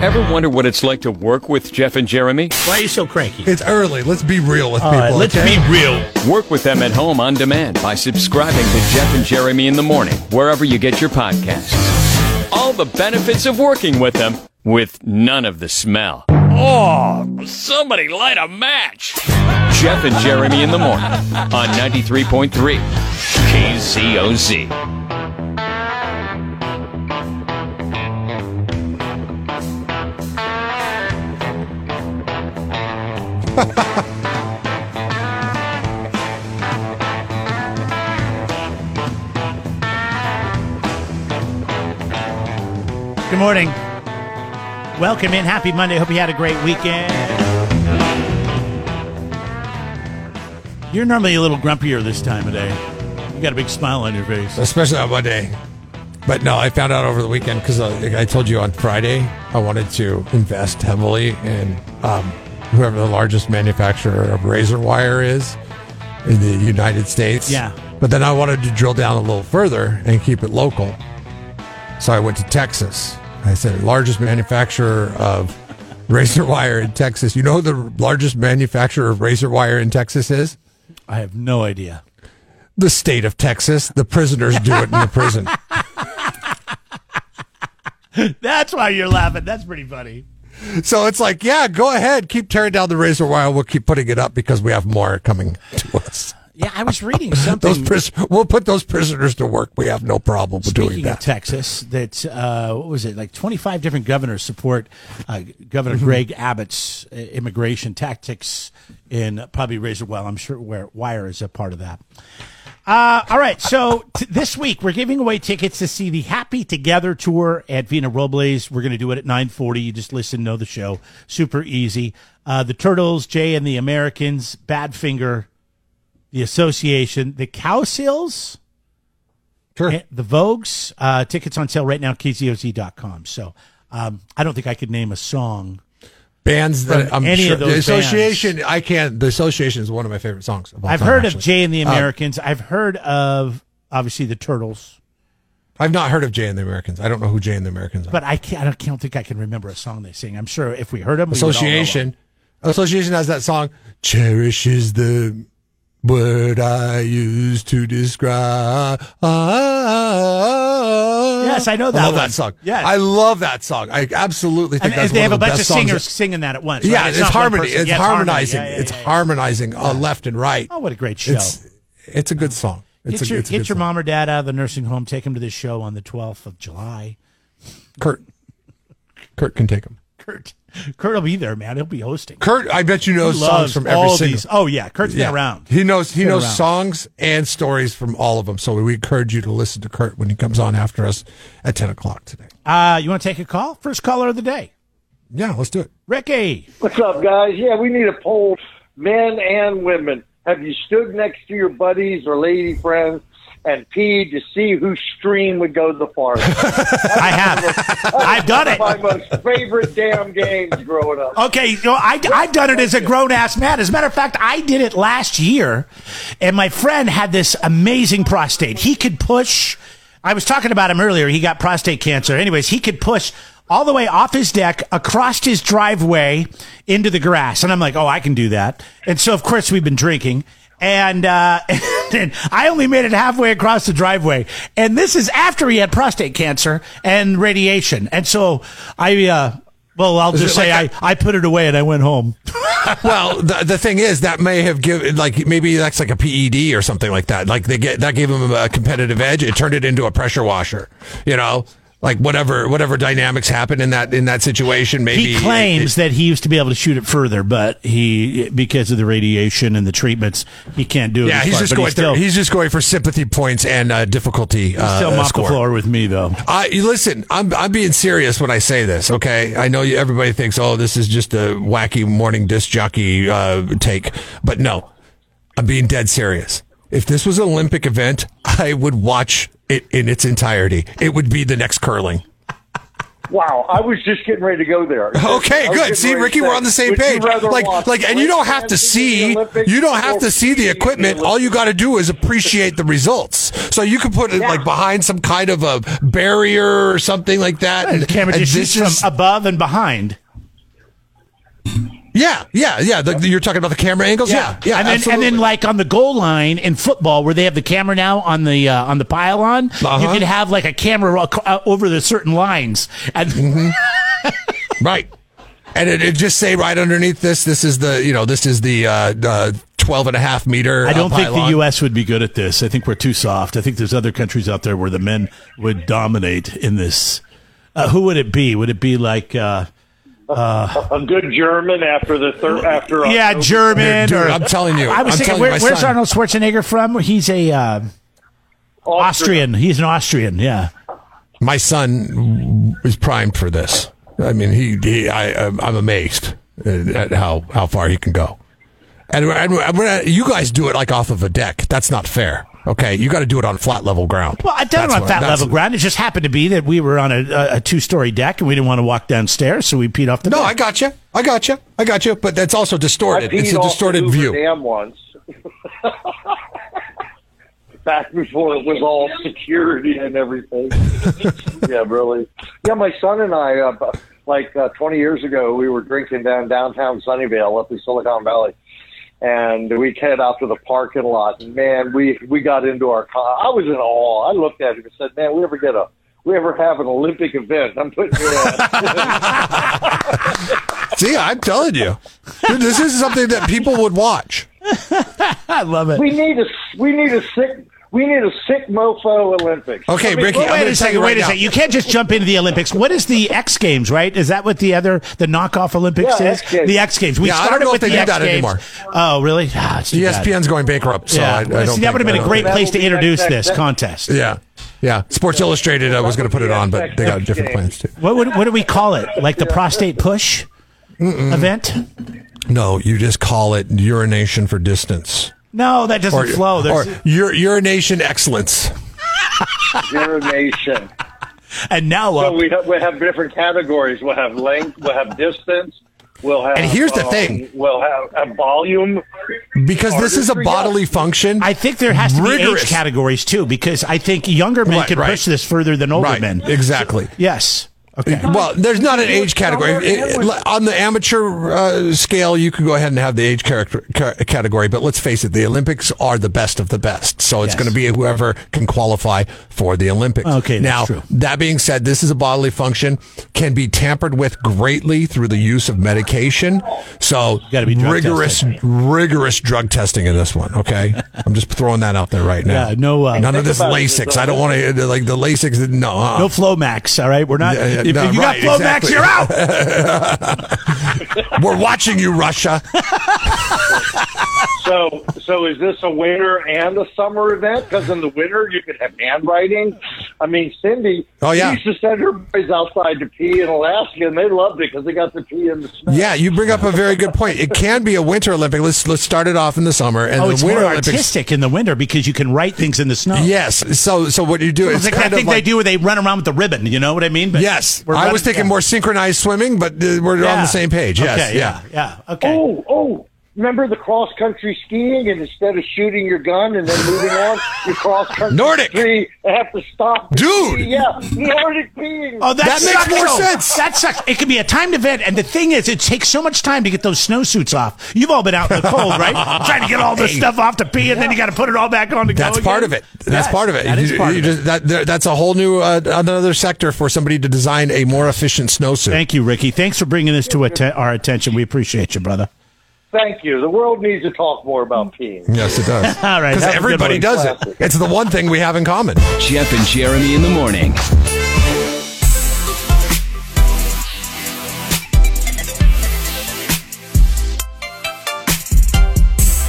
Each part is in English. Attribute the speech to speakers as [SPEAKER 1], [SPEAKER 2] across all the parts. [SPEAKER 1] Ever wonder what it's like to work with Jeff and Jeremy?
[SPEAKER 2] Why are you so cranky?
[SPEAKER 3] It's early. Let's be real with
[SPEAKER 2] All
[SPEAKER 3] people.
[SPEAKER 2] right, let's
[SPEAKER 3] okay?
[SPEAKER 2] be real.
[SPEAKER 1] Work with them at home on demand by subscribing to Jeff and Jeremy in the morning, wherever you get your podcasts. All the benefits of working with them with none of the smell. Oh, somebody light a match. Jeff and Jeremy in the morning on 93.3 KZOZ.
[SPEAKER 2] Good morning. Welcome in. Happy Monday. Hope you had a great weekend. You're normally a little grumpier this time of day. You got a big smile on your face.
[SPEAKER 3] Especially on Monday. But no, I found out over the weekend because I told you on Friday I wanted to invest heavily in um, whoever the largest manufacturer of razor wire is in the United States.
[SPEAKER 2] Yeah.
[SPEAKER 3] But then I wanted to drill down a little further and keep it local. So I went to Texas. I said, largest manufacturer of razor wire in Texas. You know who the largest manufacturer of razor wire in Texas is?
[SPEAKER 2] I have no idea.
[SPEAKER 3] the state of Texas. The prisoners do it in the prison.
[SPEAKER 2] That's why you're laughing. That's pretty funny.
[SPEAKER 3] So it's like, yeah, go ahead, keep tearing down the razor wire. We'll keep putting it up because we have more coming to us.
[SPEAKER 2] Yeah, I was reading
[SPEAKER 3] Those
[SPEAKER 2] something.
[SPEAKER 3] pris- we'll put those prisoners to work. We have no problem with doing
[SPEAKER 2] Speaking of
[SPEAKER 3] that.
[SPEAKER 2] Texas, that uh, what was it? Like 25 different governors support uh, Governor
[SPEAKER 3] Mm-hmm.
[SPEAKER 2] Greg Abbott's uh, immigration tactics in probably razor well. I'm sure where wire is a part of that. Uh, all right, so t- this week we're giving away tickets to see the Happy Together tour at Vina Robles. We're going to do it at 9:40. You just listen, know the show, super easy. Uh, the Turtles, Jay and the Americans, Badfinger, the Association, the Cowsills.
[SPEAKER 3] Sure.
[SPEAKER 2] Eh, the Vogues. Uh, tickets on sale right now, kzoz.com. So um, I don't think I could name a song.
[SPEAKER 3] Bands that I'm
[SPEAKER 2] any
[SPEAKER 3] sure
[SPEAKER 2] of those
[SPEAKER 3] the association. I can't. The association is one of my favorite songs. Of all
[SPEAKER 2] I've
[SPEAKER 3] time,
[SPEAKER 2] heard
[SPEAKER 3] actually. Um,
[SPEAKER 2] of Jay and the Americans. I've heard of, obviously, the Turtles,
[SPEAKER 3] I've not heard of Jay and the Americans. I don't know who Jay and the Americans are.
[SPEAKER 2] but I can't, I don't, can't think I can remember a song they sing. I'm sure if we heard them, we would all know them.
[SPEAKER 3] Association. Association has that song. Cherish is the word I use to describe. Yes,
[SPEAKER 2] I know
[SPEAKER 3] I
[SPEAKER 2] that
[SPEAKER 3] love
[SPEAKER 2] one.
[SPEAKER 3] that song.
[SPEAKER 2] Yes.
[SPEAKER 3] I love that song. I absolutely think
[SPEAKER 2] And,
[SPEAKER 3] that's
[SPEAKER 2] they
[SPEAKER 3] one
[SPEAKER 2] have a
[SPEAKER 3] of the
[SPEAKER 2] bunch of
[SPEAKER 3] best songs
[SPEAKER 2] singers
[SPEAKER 3] that-
[SPEAKER 2] singing that at once. right?
[SPEAKER 3] yeah, it's,
[SPEAKER 2] not one
[SPEAKER 3] harmony.
[SPEAKER 2] person.
[SPEAKER 3] It's
[SPEAKER 2] Yeah,
[SPEAKER 3] harmonizing.
[SPEAKER 2] Yeah, yeah,
[SPEAKER 3] it's
[SPEAKER 2] yeah, yeah.
[SPEAKER 3] harmonizing uh, left and right.
[SPEAKER 2] Oh, what a great show.
[SPEAKER 3] it's it's a good song. It's
[SPEAKER 2] get
[SPEAKER 3] a,
[SPEAKER 2] your,
[SPEAKER 3] it's a
[SPEAKER 2] get
[SPEAKER 3] good
[SPEAKER 2] your
[SPEAKER 3] song.
[SPEAKER 2] mom or dad out of the nursing home. Take them to this show on the 12th of July.
[SPEAKER 3] Kurt. Kurt can take him.
[SPEAKER 2] Kurt, Kurt will be there, man. He'll be hosting.
[SPEAKER 3] Kurt, I bet you know
[SPEAKER 2] He
[SPEAKER 3] songs
[SPEAKER 2] loves
[SPEAKER 3] from every
[SPEAKER 2] all
[SPEAKER 3] single.
[SPEAKER 2] these. Oh yeah, Kurt's been around.
[SPEAKER 3] He knows he
[SPEAKER 2] Been
[SPEAKER 3] knows
[SPEAKER 2] around.
[SPEAKER 3] songs and stories from all of them. So we encourage you to listen to Kurt when he comes on after us at ten o'clock today.
[SPEAKER 2] Uh, you want to take a call? First caller of the day,
[SPEAKER 3] Yeah, let's do it.
[SPEAKER 2] Ricky.
[SPEAKER 4] What's up, guys? Yeah, we need a poll. Men and women, have you stood next to your buddies or lady friends and peed to see whose stream would go the farthest?
[SPEAKER 2] I have, I've done
[SPEAKER 4] My
[SPEAKER 2] it.
[SPEAKER 4] most favorite damn games growing
[SPEAKER 3] Uh,
[SPEAKER 4] up.
[SPEAKER 2] Okay, you know, I, I've done it as a grown ass man. As a matter of fact, I did it last year, and my friend had this amazing prostate. He could push. I was talking about him earlier. He got prostate cancer. Anyways, he could push all the way off his deck across his driveway into the grass, and I'm like, oh, I can do that. And so, of course, we've been drinking. And, uh, and I only made it halfway across the driveway. And this is after he had prostate cancer and radiation. And so I, uh, well, I'll just
[SPEAKER 3] it
[SPEAKER 2] say
[SPEAKER 3] like
[SPEAKER 2] I, I put it away and I went home.
[SPEAKER 3] Well, the, the thing is that may have given like maybe that's like a PED or something like that. Like they get that gave him a competitive edge. It turned it into a pressure washer. You know, like whatever whatever dynamics happen in that in that situation. Maybe
[SPEAKER 2] He
[SPEAKER 3] it-
[SPEAKER 2] claims that he used to be able to shoot it further, but he, because of the radiation and the treatments, he can't do it.
[SPEAKER 3] yeah,
[SPEAKER 2] as
[SPEAKER 3] he's
[SPEAKER 2] far,
[SPEAKER 3] just
[SPEAKER 2] but
[SPEAKER 3] going.
[SPEAKER 2] still,
[SPEAKER 3] through, he's just going for sympathy points and uh, difficulty.
[SPEAKER 2] he's still
[SPEAKER 3] uh,
[SPEAKER 2] mop
[SPEAKER 3] score.
[SPEAKER 2] the floor with me though.
[SPEAKER 3] I you listen. I'm I'm being serious when I say this. Okay, I know you, everybody thinks, oh, this is just a wacky morning disc jockey uh, take, but no, I'm being dead serious. If this was an Olympic event, I would watch it in its entirety. It would be the next curling.
[SPEAKER 4] Wow, I was just getting ready to go there.
[SPEAKER 3] Okay,
[SPEAKER 4] I was getting
[SPEAKER 3] good. See,
[SPEAKER 4] ready to
[SPEAKER 3] Ricky, we're
[SPEAKER 4] say,
[SPEAKER 3] on the same
[SPEAKER 4] would you
[SPEAKER 3] page.
[SPEAKER 4] rather
[SPEAKER 3] Like,
[SPEAKER 4] watch
[SPEAKER 3] like, and you don't have
[SPEAKER 4] Olympics
[SPEAKER 3] to
[SPEAKER 4] in
[SPEAKER 3] see,
[SPEAKER 4] the Olympics
[SPEAKER 3] you don't have
[SPEAKER 4] or
[SPEAKER 3] to see the
[SPEAKER 4] PE in
[SPEAKER 3] equipment.
[SPEAKER 4] Olympics?
[SPEAKER 3] All you got to do is appreciate the results. So you can put it
[SPEAKER 4] Yeah.
[SPEAKER 3] like behind some kind of a barrier or something like that.
[SPEAKER 2] The camera just shoots
[SPEAKER 3] is-
[SPEAKER 2] from above and behind.
[SPEAKER 3] yeah, yeah, yeah. The, you're talking about the camera angles. Yeah, yeah.
[SPEAKER 2] and then
[SPEAKER 3] absolutely.
[SPEAKER 2] and then like on the goal line in football, where they have the camera now on the uh, on the pylon, you
[SPEAKER 3] Uh-huh.
[SPEAKER 2] can have like a camera ro- uh, over the certain lines, and
[SPEAKER 3] Right. And it, it just say right underneath this, this is the, you know, this is the uh, uh, 12 and a half meter.
[SPEAKER 5] I don't
[SPEAKER 3] uh,
[SPEAKER 5] think the
[SPEAKER 3] pylon.
[SPEAKER 5] U.S. would be good at this. I think we're too soft. I think there's other countries out there where the men would dominate in this. Uh, who would it be? Would it be like uh,
[SPEAKER 4] A good German after the third after a-
[SPEAKER 2] uh, yeah, German.
[SPEAKER 3] Dude,
[SPEAKER 2] or,
[SPEAKER 3] I'm telling you.
[SPEAKER 2] I was
[SPEAKER 3] I'm
[SPEAKER 2] thinking,
[SPEAKER 3] telling
[SPEAKER 2] where,
[SPEAKER 3] my
[SPEAKER 2] where's
[SPEAKER 3] son.
[SPEAKER 2] Arnold Schwarzenegger from? He's a uh, Austrian. He's an Austrian. Yeah,
[SPEAKER 3] My son is primed for this. I mean, he, he I, I'm I'm amazed at at how, how far he can go. And, we're- and, we're- and we're- you guys do it like off of a deck. That's not fair. Okay. You got to do it on flat level ground.
[SPEAKER 2] well, I've done
[SPEAKER 3] That's
[SPEAKER 2] it on
[SPEAKER 3] what-
[SPEAKER 2] fat
[SPEAKER 3] that's-
[SPEAKER 2] level ground. It just happened to be that we were on a, a, a two story deck and we didn't want to walk downstairs, so we peed off the.
[SPEAKER 3] No,
[SPEAKER 2] deck.
[SPEAKER 3] I got you. I got you. I got you. But that's also
[SPEAKER 4] I
[SPEAKER 3] distorted.
[SPEAKER 4] peed
[SPEAKER 3] It's a
[SPEAKER 4] off the
[SPEAKER 3] distorted
[SPEAKER 4] Hoover
[SPEAKER 3] view.
[SPEAKER 4] Dam once. Back before it was all security and everything. yeah, really. Yeah, my son and I, uh, bu- like uh, 20 years ago, we were drinking down downtown Sunnyvale up in Silicon Valley. And we head out to the parking lot, and man, we we got into our car. I was in awe. I looked at him and said, "Man, we ever get a, we ever have an Olympic event? I'm putting you on."
[SPEAKER 3] See, I'm telling you, Dude, this is something that people would watch.
[SPEAKER 2] I love it.
[SPEAKER 4] we need a, we need a sick, we need a sick mofo Olympics.
[SPEAKER 3] Okay, Ricky.
[SPEAKER 2] Well,
[SPEAKER 3] I'm
[SPEAKER 2] wait a
[SPEAKER 3] gonna tell you
[SPEAKER 2] second. Wait
[SPEAKER 3] right
[SPEAKER 2] a
[SPEAKER 3] now.
[SPEAKER 2] second. You can't just jump into the Olympics. What is the X Games, right? Is that what the other the knockoff Olympics
[SPEAKER 4] Yeah,
[SPEAKER 2] is?
[SPEAKER 4] X Games.
[SPEAKER 2] The X Games. We
[SPEAKER 3] Yeah, I don't
[SPEAKER 2] started
[SPEAKER 3] know if
[SPEAKER 2] with
[SPEAKER 3] they
[SPEAKER 2] the
[SPEAKER 3] do
[SPEAKER 2] X
[SPEAKER 3] that
[SPEAKER 2] Games.
[SPEAKER 3] anymore. E
[SPEAKER 2] Oh, really? Ah, it's too bad.
[SPEAKER 3] ESPN's going bankrupt, so
[SPEAKER 2] Yeah.
[SPEAKER 3] I, I
[SPEAKER 2] Well,
[SPEAKER 3] don't.
[SPEAKER 2] See, that would have been a great
[SPEAKER 4] That'll
[SPEAKER 2] place to
[SPEAKER 4] be next
[SPEAKER 2] introduce
[SPEAKER 4] X-
[SPEAKER 2] this
[SPEAKER 4] X-
[SPEAKER 2] contest.
[SPEAKER 3] Yeah, yeah. Sports Illustrated. I was going to put it on, but they got different plans too.
[SPEAKER 2] What would, what do we call it? Like the prostate push event?
[SPEAKER 3] No, you just call it urination for distance,
[SPEAKER 2] No, that doesn't
[SPEAKER 3] or
[SPEAKER 2] flow.
[SPEAKER 3] or
[SPEAKER 2] There's
[SPEAKER 3] ur- urination excellence.
[SPEAKER 4] urination.
[SPEAKER 2] and now
[SPEAKER 4] So
[SPEAKER 2] uh,
[SPEAKER 4] we have, we have different categories. We'll have length. We'll have distance. We'll have. um,
[SPEAKER 3] And here's the thing.
[SPEAKER 4] We'll have a volume.
[SPEAKER 3] Because this is a bodily function.
[SPEAKER 2] I think there has to be
[SPEAKER 3] rigorous.
[SPEAKER 2] age categories too, because I think younger men
[SPEAKER 3] Right,
[SPEAKER 2] can
[SPEAKER 3] right.
[SPEAKER 2] push this further than older
[SPEAKER 3] right,
[SPEAKER 2] men.
[SPEAKER 3] exactly.
[SPEAKER 2] Yes. Okay.
[SPEAKER 3] Well, there's not an age category. It- it- on the amateur uh, scale, you can go ahead and have the age character, ca- category, but let's face it, the Olympics are the best of the best. So it's
[SPEAKER 2] Yes.
[SPEAKER 3] going to be whoever can qualify for the Olympics.
[SPEAKER 2] Okay, that's
[SPEAKER 3] now,
[SPEAKER 2] true.
[SPEAKER 3] that being said, this is a bodily function, can be tampered with greatly through the use of medication. So
[SPEAKER 2] gotta be drug
[SPEAKER 3] rigorous,
[SPEAKER 2] tested.
[SPEAKER 3] rigorous drug testing in this one, okay? I'm just throwing that out there right now.
[SPEAKER 2] Yeah, no, uh,
[SPEAKER 3] None of this
[SPEAKER 4] about it, it's
[SPEAKER 3] LASIX. I don't want to, like, the LASIX, no. uh-uh.
[SPEAKER 2] No Flomax, all right? We're not.
[SPEAKER 3] Yeah, yeah,
[SPEAKER 2] if,
[SPEAKER 3] no,
[SPEAKER 2] if you
[SPEAKER 3] right,
[SPEAKER 2] got Flomax,
[SPEAKER 3] exactly.
[SPEAKER 2] you're out.
[SPEAKER 3] We're watching you, Russia.
[SPEAKER 4] So so is this a winter and a summer event? Because in the winter you could have handwriting. I mean, Cindy.
[SPEAKER 3] Oh, yeah.
[SPEAKER 4] she used to send her boys outside to pee in Alaska, and they loved it because they got to pee in the snow.
[SPEAKER 3] Yeah, you bring up a very good point. It can be a winter Olympic. Let's let's start it off in the summer and
[SPEAKER 2] Oh,
[SPEAKER 3] the
[SPEAKER 2] it's
[SPEAKER 3] winter
[SPEAKER 2] more
[SPEAKER 3] Olympics.
[SPEAKER 2] artistic in the winter because you can write things in the snow.
[SPEAKER 3] Yes. So so what you do
[SPEAKER 2] It's
[SPEAKER 3] is
[SPEAKER 2] like
[SPEAKER 3] kind
[SPEAKER 2] that
[SPEAKER 3] of
[SPEAKER 2] thing they
[SPEAKER 3] like
[SPEAKER 2] do where they run around with the ribbon. You know what I mean? But
[SPEAKER 3] yes.
[SPEAKER 2] we're
[SPEAKER 3] I
[SPEAKER 2] running-
[SPEAKER 3] was thinking
[SPEAKER 2] yeah.
[SPEAKER 3] more synchronized swimming, but uh, we're on
[SPEAKER 2] Yeah.
[SPEAKER 3] the same page. Yes.
[SPEAKER 2] Okay,
[SPEAKER 3] yeah.
[SPEAKER 2] yeah, yeah. Okay.
[SPEAKER 4] Oh oh. Remember the cross country skiing, and instead of shooting your gun and then moving on, you cross country
[SPEAKER 3] Nordic.
[SPEAKER 4] ski and have to stop.
[SPEAKER 3] Dude.
[SPEAKER 4] Yeah, Nordic skiing.
[SPEAKER 2] Oh, that,
[SPEAKER 3] That makes
[SPEAKER 2] sucks,
[SPEAKER 3] more
[SPEAKER 2] though.
[SPEAKER 3] sense.
[SPEAKER 2] That sucks. It could be a timed event, and the thing is, it takes so much time to get those snowsuits off. You've all been out in the cold, right? Trying to get all this stuff off to pee, and then you got to put it all back on to go.
[SPEAKER 3] That's part of
[SPEAKER 2] again.
[SPEAKER 3] it. That's
[SPEAKER 2] Oh, Yes,
[SPEAKER 3] part of it.
[SPEAKER 2] That is
[SPEAKER 3] You-
[SPEAKER 2] part
[SPEAKER 3] you
[SPEAKER 2] of it.
[SPEAKER 3] just- that- there- that's a whole new uh, another sector for somebody to design a more efficient snowsuit.
[SPEAKER 2] Thank you, Ricky. Thanks for bringing this to atten- our attention. We appreciate you, brother.
[SPEAKER 4] Thank you. The world needs to talk more about peeing.
[SPEAKER 3] yes, it does.
[SPEAKER 2] All right,
[SPEAKER 3] Because
[SPEAKER 2] have a good
[SPEAKER 3] everybody
[SPEAKER 2] one.
[SPEAKER 3] does it. It's the one thing we have in common.
[SPEAKER 1] Jeff and Jeremy in the morning.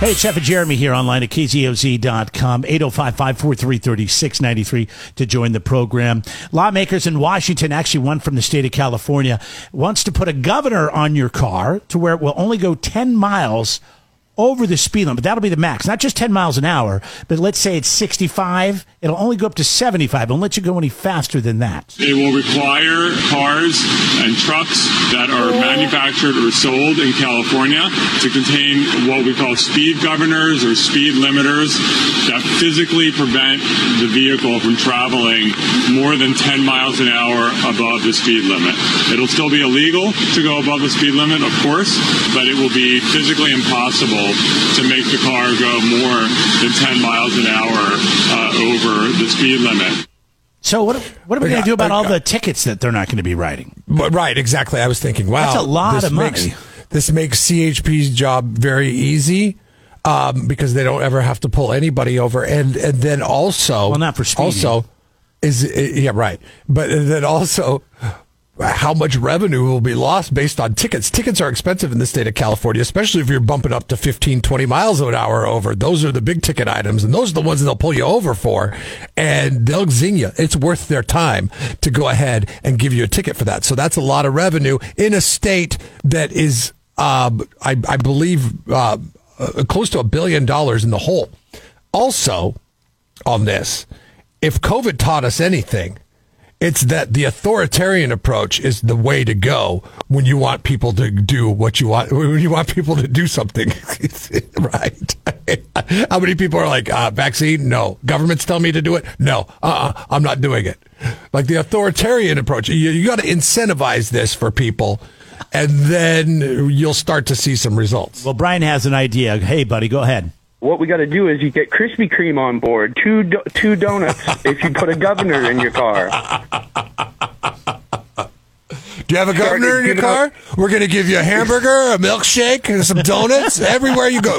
[SPEAKER 2] Hey, Jeff and Jeremy here online at KZOZ.com, 805-543-3693 to join the program. Lawmakers in Washington, actually one from the state of California, wants to put a governor on your car to where it will only go 10 miles over the speed limit. That'll be the max, not just 10 miles an hour, but let's say it's 65. It'll only go up to 75. Won't let you go any faster than that.
[SPEAKER 6] It will require cars and trucks that are manufactured or sold in California to contain what we call speed governors or speed limiters that physically prevent the vehicle from traveling more than 10 miles an hour above the speed limit. It'll still be illegal to go above the speed limit, of course, but it will be physically impossible to make the car go more than 10 miles an hour uh, over the speed limit.
[SPEAKER 2] So what what are we going
[SPEAKER 3] Yeah,
[SPEAKER 2] to do about
[SPEAKER 3] I-
[SPEAKER 2] all the tickets that they're not going to be writing?
[SPEAKER 3] But right, exactly. I was thinking, wow,
[SPEAKER 2] That's a lot
[SPEAKER 3] this
[SPEAKER 2] of
[SPEAKER 3] makes,
[SPEAKER 2] money.
[SPEAKER 3] This makes CHP's job very easy um, because they don't ever have to pull anybody over, and and then also,
[SPEAKER 2] Well, not for speeding.
[SPEAKER 3] Also, is yeah, right. But then also. How much revenue will be lost based on tickets? Tickets are expensive in the state of California, especially if you're bumping up to 15, 20 miles an hour over. Those are the big ticket items, and those are the ones they'll pull you over for. And they'll zing you. It's worth their time to go ahead and give you a ticket for that. So that's a lot of revenue in a state that is, um, I, I believe, uh, uh, close to a billion dollars in the hole. Also, on this. If COVID taught us anything, it's that the authoritarian approach is the way to go when you want people to do what you want, when you want people to do something. right. How many people are like, uh, vaccine? No. Governments tell me to do it? No. Uh-uh. I'm not doing it. Like the authoritarian approach, you, you got to incentivize this for people and then you'll start to see some results.
[SPEAKER 2] Well, Brian has an idea. Hey, buddy, go ahead.
[SPEAKER 7] What we got to do is you get Krispy Kreme on board, two do- two donuts if you put a governor in your car.
[SPEAKER 3] Do you have a governor in your car? We're going to give you a hamburger, a milkshake, and some donuts everywhere you go.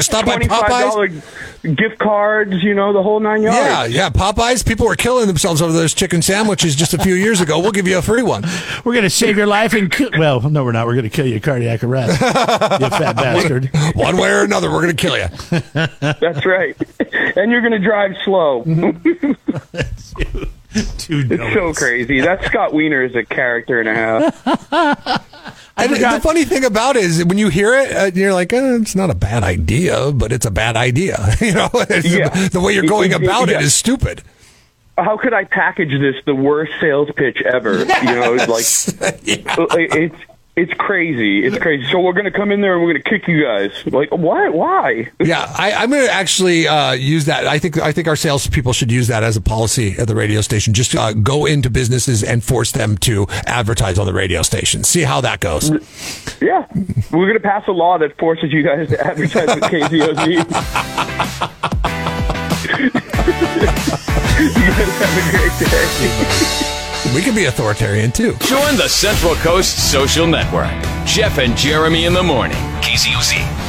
[SPEAKER 3] Stop by
[SPEAKER 7] Twenty five dollar
[SPEAKER 3] Popeyes.
[SPEAKER 7] gift cards, you know, the whole nine yards.
[SPEAKER 3] Yeah, yeah, Popeyes. People were killing themselves over those chicken sandwiches just a few years ago. We'll give you a free one.
[SPEAKER 2] We're going to save your life and ki- well, no, we're not. We're going to kill you of cardiac arrest, you fat bastard.
[SPEAKER 3] One way or another, we're going to kill you.
[SPEAKER 7] That's right. And you're going to drive slow.
[SPEAKER 2] Dude,
[SPEAKER 7] It's so crazy. That Scott Wiener is a character and a half.
[SPEAKER 3] And the
[SPEAKER 2] forgot-
[SPEAKER 3] funny thing about it is when you hear it, uh, you're like, eh, it's not a bad idea, but it's a bad idea. You know, It's-
[SPEAKER 7] Yeah.
[SPEAKER 3] the way you're going about it
[SPEAKER 7] Yeah.
[SPEAKER 3] is stupid.
[SPEAKER 7] How could I package this the worst sales pitch ever? You know, it's like uh, it's it's crazy. It's crazy. So we're going to come in there and we're going to kick you guys. Like what? Why?
[SPEAKER 3] Yeah, I, I'm going to actually uh, use that. I think I think our salespeople should use that as a policy at the radio station. Just uh, go into businesses and force them to advertise on the radio station. See how that goes.
[SPEAKER 7] Yeah, we're going to pass a law that forces you guys to advertise with KZOZ. you guys have a great day.
[SPEAKER 3] We can be authoritarian too.
[SPEAKER 1] Join the Central Coast Social Network. Jeff and Jeremy in the morning. KZOZ.